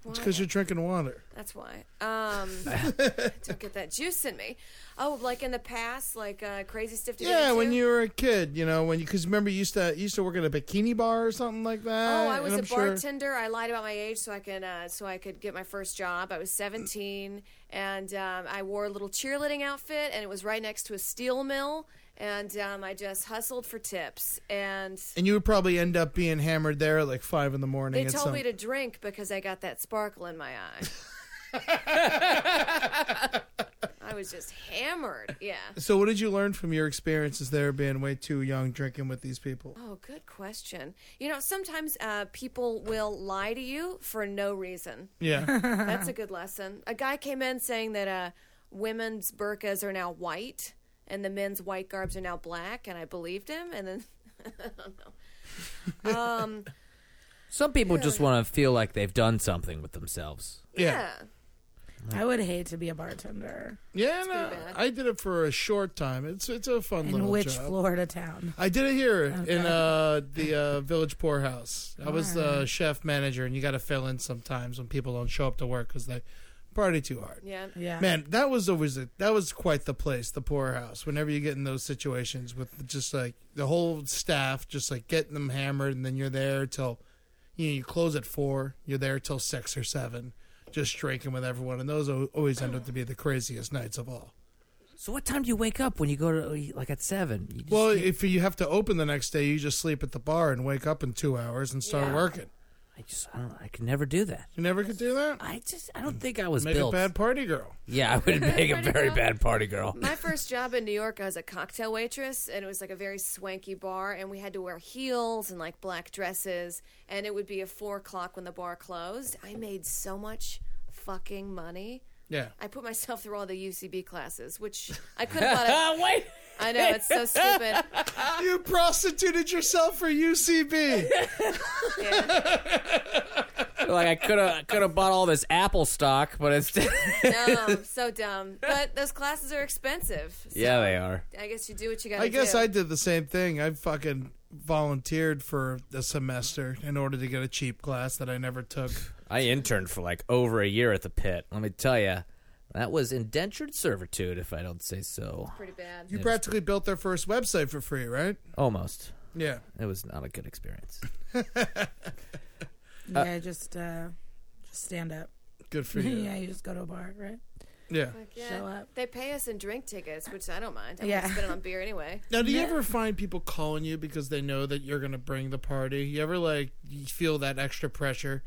Why? Because you're drinking water. That's why. [laughs] Um, don't get that juice in me. Oh, like in the past, like uh, crazy stiff. Did Yeah, do when too? you were a kid, you know, when you because remember you used to you used to work at a bikini bar or something like that. Oh, I was a and uh, I'm sure- bartender. I lied about my age so I can uh, so I could get my first job. I was 17, and um, I wore a little cheerleading outfit, and it was right next to a steel mill, and um, I just hustled for tips. And And you would probably end up being hammered there at like five in the morning. they at told some- me to drink because I got that sparkle in my eye. [laughs] I was just hammered. Yeah. So, what did you learn from your experiences there, being way too young, drinking with these people? [laughs] Oh, good question. You know, sometimes uh, people will lie to you for no reason. Yeah, That's a good lesson. A guy came in saying that uh, women's burqas are now white and the men's white garbs are now black, and I believed him. And then [laughs] Some people just want to feel like they've done something with themselves. yeah, yeah, I would hate to be a bartender yeah. no, bad. I did it for a short time. It's it's a fun in little which job. Florida town. I did it here in uh, the uh, Village Poorhouse. I was the chef manager, and you got to fill in sometimes when people don't show up to work because they party too hard. yeah. Yeah. Man, that was always a, that was quite the place, the poorhouse. Whenever you get in those situations with just like the whole staff, just like getting them hammered, and then you're there till you know you close at four, you're there till six or seven, just drinking with everyone, and those al- always end up to be the craziest nights of all. So what time do you wake up when you go to like at seven? You just- Well, if you have to open the next day, you just sleep at the bar and wake up in two hours and start working. I just I don't I could never do that. You never could do that. I just I don't think I was Make built. a bad party girl. yeah, I [laughs] would make a Party very girl. bad party girl. My first job in New York, I was a cocktail waitress, and it was like a very swanky bar, and we had to wear heels and like black dresses, and it would be at four o'clock when the bar closed. I made so much fucking money. Yeah. I put myself through all the UCB classes, which I could have [laughs] bought. Oh wait. A, I know it's so stupid. You prostituted yourself for UCB. Like I could have could have bought all this Apple stock, but [laughs] instead dumb, so dumb. But those classes are expensive. So Yeah, they are. I guess you do what you got to I do. guess I did the same thing. I fucking volunteered for a semester in order to get a cheap class that I never took. I interned for like over a year at the pit. Let me tell you, that was indentured servitude, if I don't say so. Pretty bad. You practically built their first website for free, right? Almost. Yeah. It was not a good experience. yeah, just uh, just stand up. [laughs] Good for you. yeah, you just go to a bar, right? Yeah. Yeah. Show up. They pay us in drink tickets, which I don't mind. I'm Yeah. gonna spend it on beer [laughs] anyway. Now, do you ever find people calling you because they know that you're going to bring the party? You ever, like, you feel that extra pressure,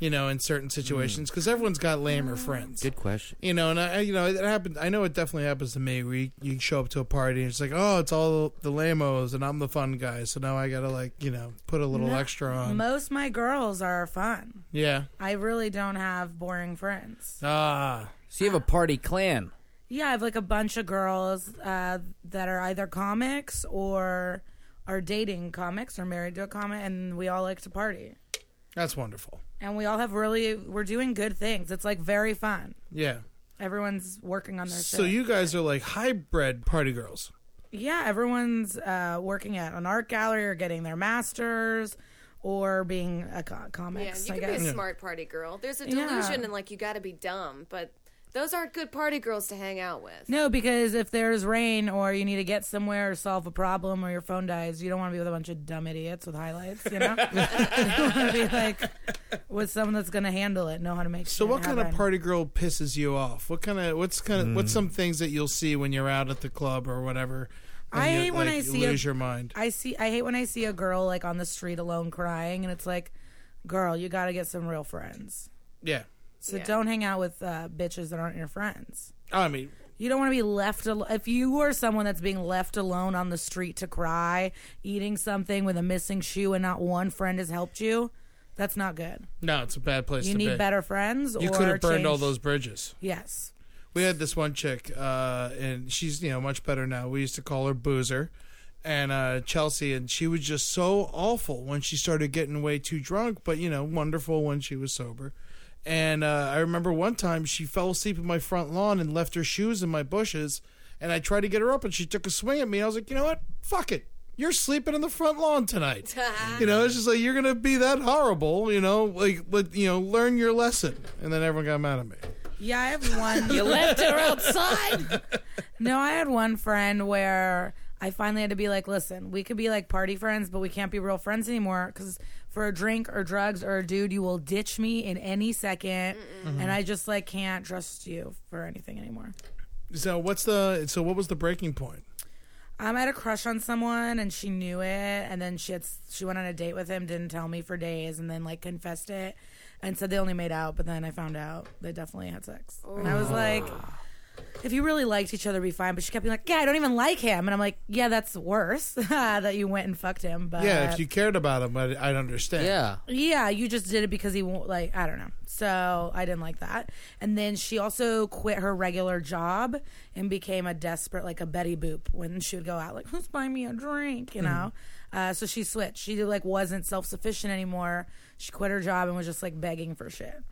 you know, in certain situations? Because everyone's got lamer friends. Good question. You know, and I, you know, it happened. I know it definitely happens to me. Where you, you show up to a party and it's like, oh, it's all the lamos, and I'm the fun guy, so now I gotta like, you know, put a little extra on. Most my girls are fun. yeah. I really don't have boring friends. Ah. So you have a party clan. Yeah, I have like a bunch of girls uh, that are either comics or are dating comics or married to a comic, and we all like to party. That's wonderful. and we all have really we're doing good things. It's like very fun. Yeah. Everyone's working on their So shit. you guys are like hybrid party girls. yeah, everyone's uh, working at an art gallery or getting their masters or being a co- Yeah, comics. you I can be guess. a smart party girl. There's a Yeah. delusion and like you got to be dumb, but those aren't good party girls to hang out with. No, because if there's rain or you need to get somewhere or solve a problem or your phone dies, you don't want to be with a bunch of dumb idiots with highlights, you know? [laughs] you want to be like with someone that's going to handle it, know how to make So shit what kind of happen. party girl pisses you off? What kind of what's kind of what's some things that you'll see when you're out at the club or whatever? and I you, hate when like, I you see a- lose your mind. I see I hate when I see a girl like on the street alone crying and it's like, "Girl, you got to get some real friends." Yeah. So Yeah. don't hang out with uh, bitches that aren't your friends. I mean, You don't want to be left al- if you are someone that's being left alone on the street to cry, eating something with a missing shoe and not one friend has helped you. That's not good. no, it's a bad place You to need be. better friends you or could have burned all change- those bridges. Yes. we had this one chick, uh, and she's you know much better now. We used to call her Boozer, and uh, Chelsea, and she was just so awful when she started getting way too drunk, but you know wonderful when she was sober. And uh, I remember one time she fell asleep in my front lawn and left her shoes in my bushes, and I tried to get her up, and she took a swing at me. I was like, you know what, fuck it. You're sleeping in the front lawn tonight. you know, it's just like you're gonna be that horrible. You know, like, like you know, learn your lesson. And then everyone got mad at me. Yeah, I have one. you left her outside. [laughs] No, I had one friend where I finally had to be like, listen, we could be like party friends, but we can't be real friends anymore because for a drink or drugs or a dude, you will ditch me in any 2nd and I just like can't trust you for anything anymore. So what's the so what was the breaking point? Um, I had a crush on someone and she knew it, and then she had she went on a date with him, didn't tell me for days, and then like confessed it, and said they only made out, but then I found out they definitely had sex, and I was like. If you really liked each other, it'd be fine. But she kept being like, "Yeah, I don't even like him," and I'm like, "Yeah, that's worse [laughs] that you went and fucked him." But yeah, if you cared about him, I'd, I'd understand. Yeah. Uh, yeah, you just did it because he won't like I don't know. So I didn't like that. And then she also quit her regular job and became a desperate like a Betty Boop when she would go out like who's buying me a drink, you know. Uh, so she switched. She like wasn't self sufficient anymore. She quit her job and was just like begging for shit.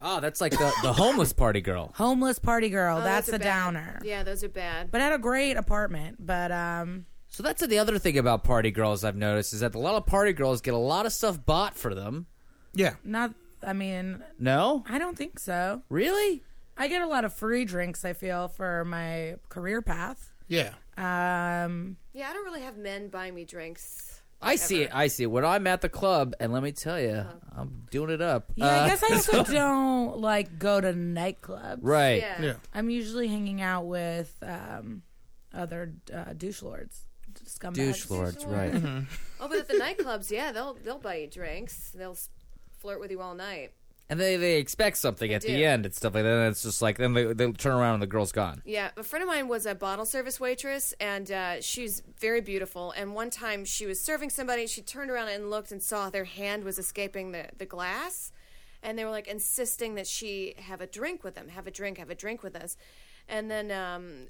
Oh, that's like the, the homeless party girl. Homeless party girl. Oh, that's, those a are bad. downer. Yeah, those are bad. But had a great apartment. But um, So that's the other thing about party girls I've noticed is that a lot of party girls get a lot of stuff bought for them. Yeah. not. I mean, No? I don't think so. Really? I get a lot of free drinks. I feel for my career path. Yeah. Um, Yeah, I don't really have men buy me drinks. I see it. I see it. When I'm at the club, and let me tell you, I'm doing it up. Yeah, Uh, I guess [laughs] I also don't like go to nightclubs. Right. Yeah. Yeah. I'm usually hanging out with um, other uh, douche lords, scumbags. Douche lords, right. Oh, but at the nightclubs, yeah, they'll they'll buy you drinks. They'll s- flirt with you all night. And they, they expect something at do. the end and stuff like that. And it's just like, then they, they turn around and the girl's gone. Yeah, a friend of mine was a bottle service waitress, and uh, she's very beautiful. And one time she was serving somebody, she turned around and looked and saw their hand was escaping the, the glass. And they were like insisting that she have a drink with them, have a drink, have a drink with us. And then um,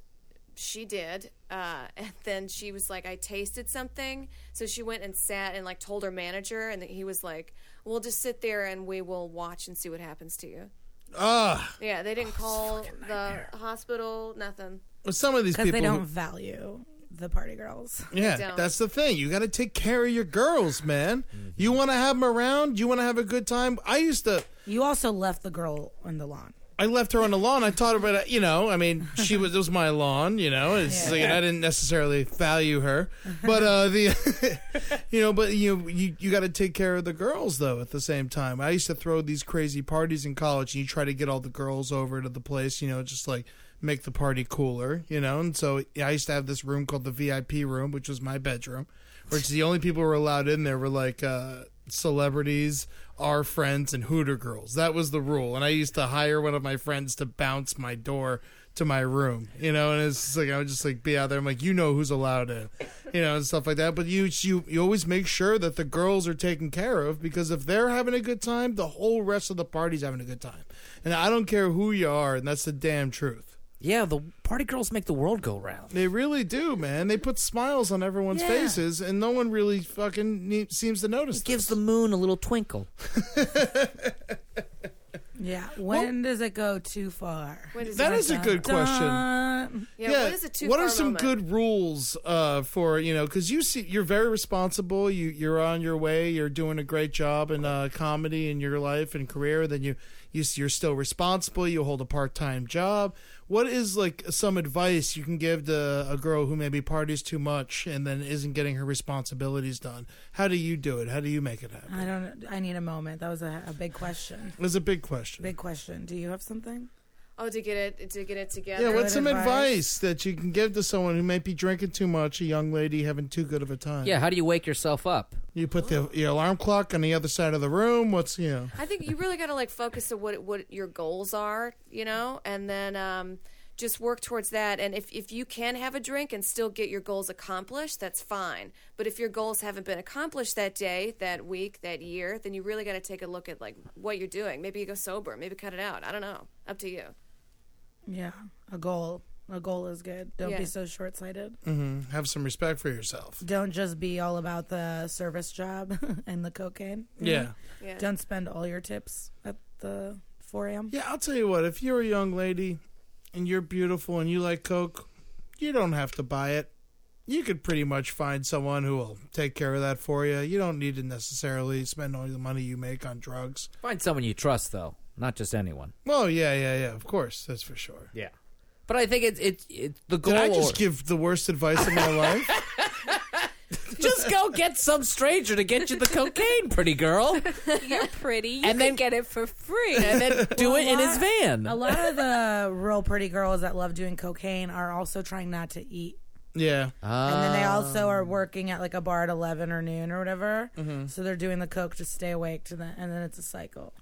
she did. Uh, [laughs] and then she was like, I tasted something. So she went and sat and like told her manager, and he was like, We'll just sit there and we will watch and see what happens to you. Ah, Yeah, they didn't call the hospital, nothing. but some of these Because people. they don't who- value the party girls. yeah, don't. that's the thing. You got to take care of your girls, man. You want to have them around. You want to have a good time. I used to. You also left the girl on the lawn. I left her on the lawn. I taught her, but uh, you know, I mean, she was it was my lawn. You know, it's like, and I didn't necessarily value her, but uh, the, [laughs] you know, but you you you got to take care of the girls though. At the same time, I used to throw these crazy parties in college, and you try to get all the girls over to the place. You know, just like make the party cooler. You know, and so I used to have this room called the VIP room, which was my bedroom, which the only people who were allowed in there were like. uh celebrities, our friends, and Hooter girls. That was the rule. And I used to hire one of my friends to bounce my door to my room, you know. And it's just like I would just like be out there. I'm like, you know who's allowed in, you know, and stuff like that. But you you you always make sure that the girls are taken care of because if they're having a good time, the whole rest of the party's having a good time. And I don't care who you are, and that's the damn truth. Yeah, the party girls make the world go round. They really do, man. They put smiles on everyone's Yeah. faces, and no one really fucking ne- seems to notice. It gives this. the moon a little twinkle. Yeah. When does it go too far? When does That it is a good question. Dun. Yeah, What is it too what far are some moment? good rules uh, for you know? Because you see, you're very responsible. You you're on your way. You're doing a great job in uh, comedy in your life and career. Then you you s- you're still responsible. You hold a part time job. What is like some advice you can give to a girl who maybe parties too much and then isn't getting her responsibilities done? How do you do it? How do you make it happen? I don't. I need a moment. That was a, a big question. It's a big question. Big question. Do you have something? Oh, to get it to get it together. yeah, good what's some advice. advice. that you can give to someone who might be drinking too much, a young lady having too good of a [laughs] time? Yeah, how do you wake yourself up? You put the your alarm clock on the other side of the room. What's you know? I think you really got to like focus on what what your goals are, you know, and then um, just work towards that. And if if you can have a drink and still get your goals accomplished, that's fine. But if your goals haven't been accomplished that day, that week, that year, then you really got to take a look at like what you're doing. Maybe you go sober. Maybe cut it out. I don't know. Up to you. Yeah. A goal. A goal is good. Don't Yeah. be so short sighted. Have some respect for yourself. Don't just be all about the service job [laughs] and the cocaine. you Yeah. know? Yeah. Don't spend all your tips at the 4 a.m. Yeah, I'll tell you what. If you're a young lady and you're beautiful and you like coke, you don't have to buy it. You could pretty much find someone who will take care of that for you. You don't need to necessarily spend all the money you make on drugs. Find someone you trust, though, not just anyone. Well, yeah, yeah, yeah. Of course, that's for sure. Yeah, but I think it's it's it's the goal. Did I just give the worst advice of my life? [laughs] Just go get some stranger to get you the cocaine, pretty girl, [laughs] You're pretty. You And and then- then get it for free. and then do it in lot- his van. A lot of the real pretty girls that love doing cocaine are also trying not to eat. yeah. Uh, And then they also Um. are working at like a bar at 11 or noon or whatever. Mm-hmm. So they're doing the coke to stay awake to the and then it's a cycle.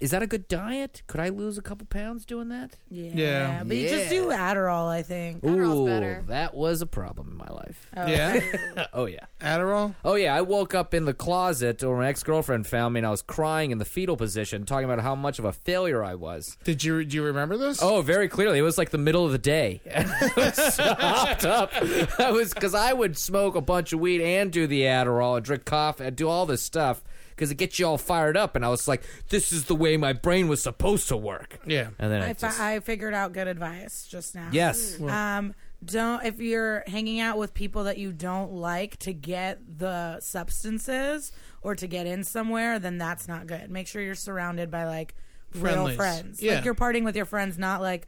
Is that a good diet? Could I lose a couple pounds doing that? Yeah. Yeah. But you just do Adderall, I think. Adderall's better. that was a problem in my life. [laughs] Yeah. oh yeah. Adderall. Oh yeah, I woke up in the closet or my ex-girlfriend found me and I was crying in the fetal position talking about how much of a failure I was. Did you do you remember this? Oh, very clearly. It was like the middle of the day. [laughs] I was so hopped up. I was cuz I would smoke a bunch of weed and do the Adderall and drink coffee and do all this stuff cuz it gets you all fired up and I was like this is the way my brain was supposed to work. Yeah. And then I, I, fi- just, I figured out good advice just now. Mm. Yes. Um, don't if you're hanging out with people that you don't like to get the substances or to get in somewhere, then that's not good. Make sure you're surrounded by like real Friendlies. friends. Yeah. Like you're partying with your friends, not like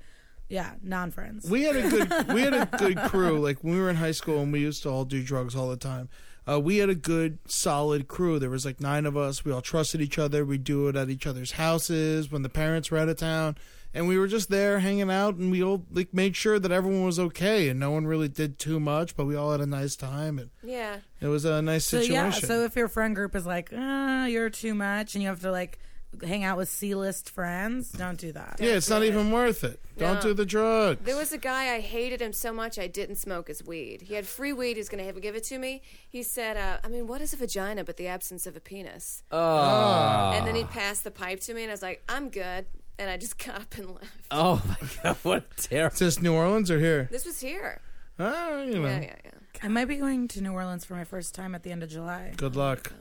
yeah, non friends. We had a good we had a good crew. Like when we were in high school and we used to all do drugs all the time. Uh, we had a good solid crew. There was like nine of us. We all trusted each other. We do it at each other's houses when the parents were out of town, and we were just there hanging out. And we all like made sure that everyone was okay and no one really did too much. But we all had a nice time and Yeah. it was a nice so situation. yeah, so if your friend group is like, uh, you're too much and you have to like hang out with C list friends, don't do that. Yeah, it's not even worth it. Don't No. do the drugs. There was a guy I hated him so much I didn't smoke his weed. He had free weed. He's going to give it to me. He said, uh, "I mean, what is a vagina but the absence of a penis?" And then he passed the pipe to me, and I was like, "I'm good." And I just [laughs] got up and left. [laughs] oh my god, what a terrible Is this New Orleans or here? This was here. Ah, you know. Yeah, yeah, yeah. I might be going to New Orleans for my first time at the end of July. Good luck.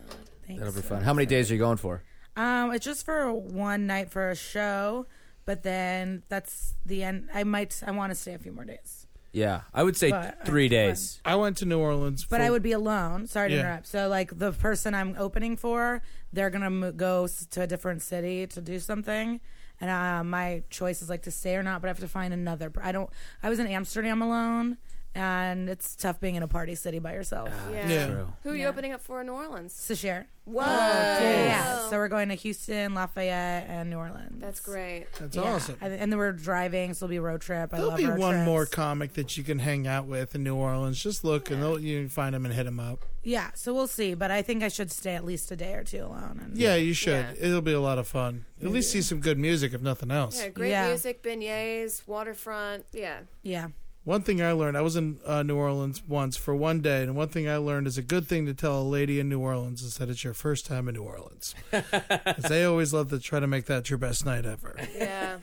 Thanks. That'll be fun. How many days are you going for? Um, it's just for one night for a show, but then that's the end. I might, I want to stay a few more days, Yeah, I would say But- three days. I went to New Orleans, but for- I would be alone. Sorry to Yeah. interrupt. So, like, the person I'm opening for, they're gonna mo- go s- to a different city to do something, and uh, my choice is like to stay or not. But I have to find another. pr- I don't. I was in Amsterdam alone, and it's tough being in a party city by yourself. Yeah. Yeah. Who are you opening up for in New Orleans? To share. Whoa, Yeah, yeah. So we're going to Houston, Lafayette, and New Orleans. that's great. That's Yeah. awesome. And, and then we're driving, so it'll be a road trip. I There'll love be road one trips. more comic that you can hang out with in New Orleans. Just look, and they'll, you can find them and hit them up. Yeah, so we'll see. But I think I should stay at least a day or two alone. And Yeah, you should. Yeah. It'll be a lot of fun. At least see some good music, if nothing else. Yeah, great Yeah. music, beignets, waterfront. Yeah. yeah. One thing I learned, I was in uh, New Orleans once for one day, and one thing I learned is a good thing to tell a lady in New Orleans is that it's your first time in New [laughs] [laughs] Orleans. 'Cause they always love to try to make that your best night ever. Yeah.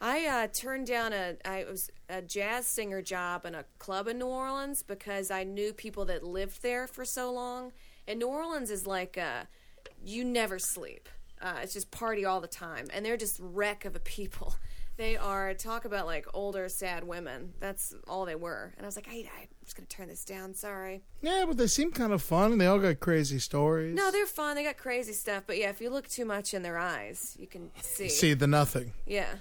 I uh, turned down a I was a jazz singer job in a club in New Orleans because I knew people that lived there for so long, and New Orleans is like uh, you never sleep. Uh, it's just party all the time, and they're just wreck of a people. [laughs] They are talk about like older sad women. That's all they were, and I was like, I, I'm just gonna turn this down. Sorry. Yeah, but they seem kind of fun, and they all got crazy stories. No, they're fun. They got crazy stuff, but yeah, if you look too much in their eyes, you can see. see the nothing. Yeah.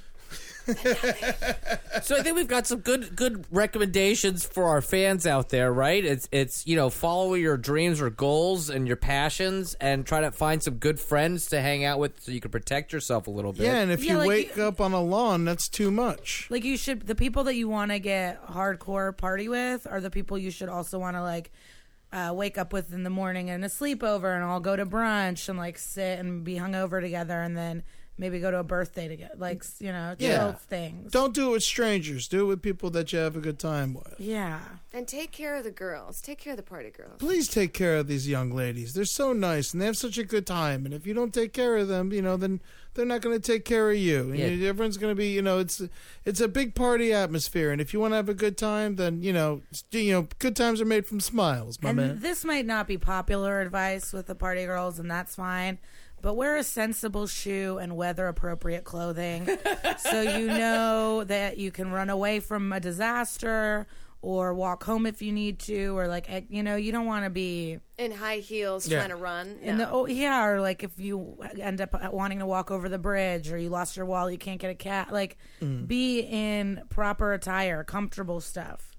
So I think we've got some good good recommendations for our fans out there, right? It's it's you know follow your dreams or goals and your passions, and try to find some good friends to hang out with so you can protect yourself a little bit. Yeah, and if Yeah, you like wake you- up on a lawn, that's too much. Like you should the people that you want to get hardcore party with are the people you should also want to like uh, wake up with in the morning and a sleepover and all go to brunch and like sit and be hungover together and then maybe go to a birthday together like s- you know Yeah. yeah. things Don't do it with strangers. Do it with people that you have a good time with. yeah And take care of the girls. Take care of the party girls. Please take care of these young ladies. They're so nice and they have such a good time. And if you don't take care of them, you know, then they're not going to take care of you. And Yeah. you- everyone's going to be, you know, it's it's a big party atmosphere. And if you want to have a good time, then you know, s- you know, good times are made from smiles, my and man. this might not be popular advice with the party girls and that's fine but wear a sensible shoe and weather appropriate clothing so you know that you can run away from a disaster or walk home if you need to or like eh, you know you don't want to be In high heels, Yeah. trying to run. in the No. oh yeah or like if you end up uh, wanting to walk over the bridge or you lost your wallet you can't get a cat like be in proper attire comfortable stuff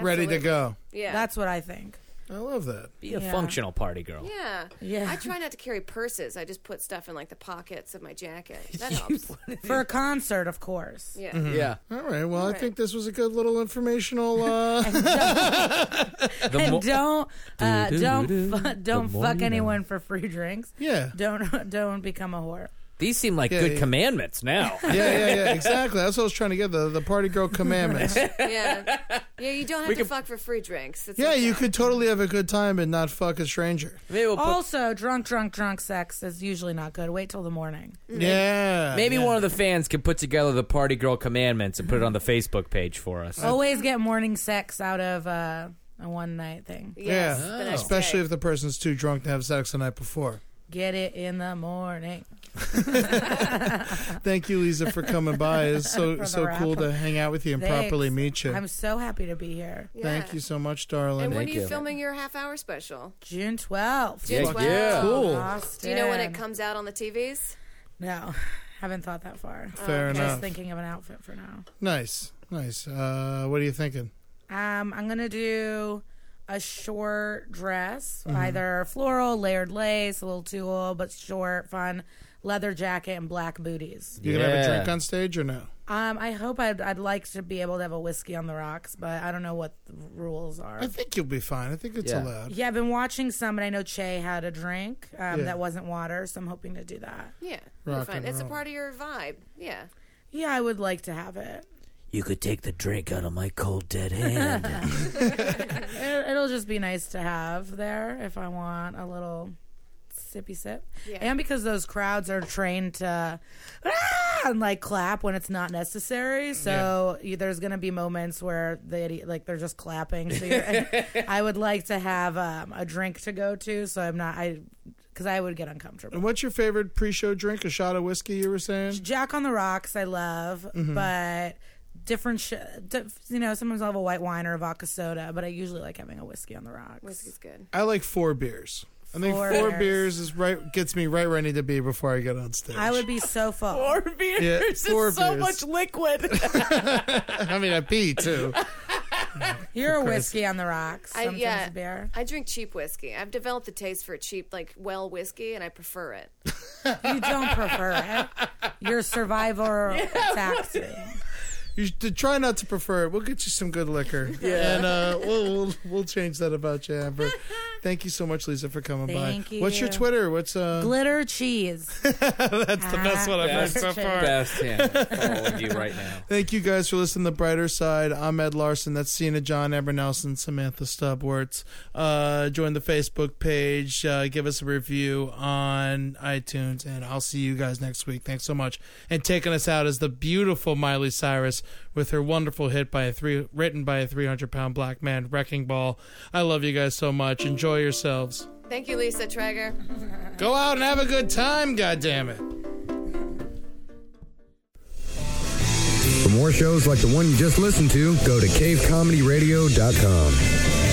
Ready to Absolutely. go. Yeah. that's what i think I love that. Be a Yeah. functional party girl. yeah. Yeah. I try not to carry purses. I just put stuff in like the pockets of my jacket. [laughs] That helps. for a concert of course Yeah. Yeah. All right. Well, I right. think this was a good little informational. Uh, [laughs] The mo- and [laughs] don't uh, Do, do, do, don't do. fu- don't The fuck morning anyone for free drinks. [laughs] Yeah. Don't don't become a whore. These seem like Yeah, good yeah. commandments now. yeah, yeah, yeah. Exactly. That's what I was trying to get the the party girl commandments. Yeah. [laughs] Yeah, you don't have We to can- fuck for free drinks. It's Yeah, okay. you could totally have a good time and not fuck a stranger. [laughs] Maybe we'll put, Also, drunk, drunk, drunk sex is usually not good. Wait till the morning. Yeah. maybe yeah. one of the fans can put together the party girl commandments and put it on the Facebook page for us. Always get morning sex out of uh, a one night thing. Yes, yeah. the next Especially day. if the person's too drunk to have sex the night before. Get it in the morning. Thank you, Lisa, for coming by. It's so the so cool wrap. to hang out with you and Thanks. properly meet you. I'm so happy to be here. Yeah. Thank you so much, darling. And when are Thank you, you. filming your half hour special? June 12th. Yeah, June 12th. yeah. Cool. Do you know when it Austin. comes out on the TVs? No, [laughs] haven't thought that far. Fair Just enough. thinking of an outfit for now. nice. Nice. Uh, what are you thinking? Um, I'm gonna do a short dress, either floral, layered lace, a little tulle, but short, fun, leather jacket, and black booties. You gonna have a Yeah. drink on stage or no? Um, I hope I'd, I'd like to be able to have a whiskey on the rocks, but I don't know what the rules are. I think you'll be fine. I think it's Yeah. allowed. Yeah, I've been watching some, and I know Che had a drink um, Yeah. that wasn't water, so I'm hoping to do that. Yeah. Rock fine. and It's a roll. part of your vibe. Yeah. Yeah, I would like to have it. You could take the drink out of my cold dead hand. it. It'll just be nice to have there if I want a little sippy sip. Yeah. And because those crowds are trained to "Ah!" and like clap when it's not necessary, so you, there's gonna be moments where the idiot like they're just clapping. So you're, I would like to have um, a drink to go to, so I'm not I because I would get uncomfortable. And what's your favorite pre-show drink? A shot of whiskey, you were saying? Jack on the Rocks, I love, but. Different, sh- di- you know. Sometimes I'll have a white wine or a vodka soda, but I usually like having a whiskey on the rocks. Whiskey's good. I like four beers. I think four, Four beers. beers. is right gets me right where I need to be before I get on stage. I would be so full. beers. Yeah, four beers. liquid. [laughs] I mean, I pee too. You're a whiskey on the rocks. I- Sometimes yeah. a beer. I drink cheap whiskey. I've developed a taste for cheap, like well whiskey, and I prefer it. [laughs] You don't prefer it. You're a survivor taxi. You should try not to prefer it. We'll get you some good liquor. Yeah. And uh, we'll, we'll we'll change that about you, Amber. Thank you so much, Lisa, for coming Thank by. What's your you. Twitter? What's uh? Glitter cheese. That's the best one I've heard Best, so far. best hand following you right now. Thank you guys for listening to The Brighter Side. I'm Ed Larson. That's Cena John, Amber Nelson, Samantha Stubwertz. Uh, join the Facebook page. Uh, give us a review on iTunes. And I'll see you guys next week. Thanks so much. And taking us out is the beautiful Miley Cyrus with her wonderful hit by a three, written by a 300 pound black man, Wrecking Ball. I love you guys so much. Enjoy yourselves. Thank you, Lisa Traeger. Go out and have a good time, goddammit. For more shows like the one you just listened to, go to cavecomedyradio.com.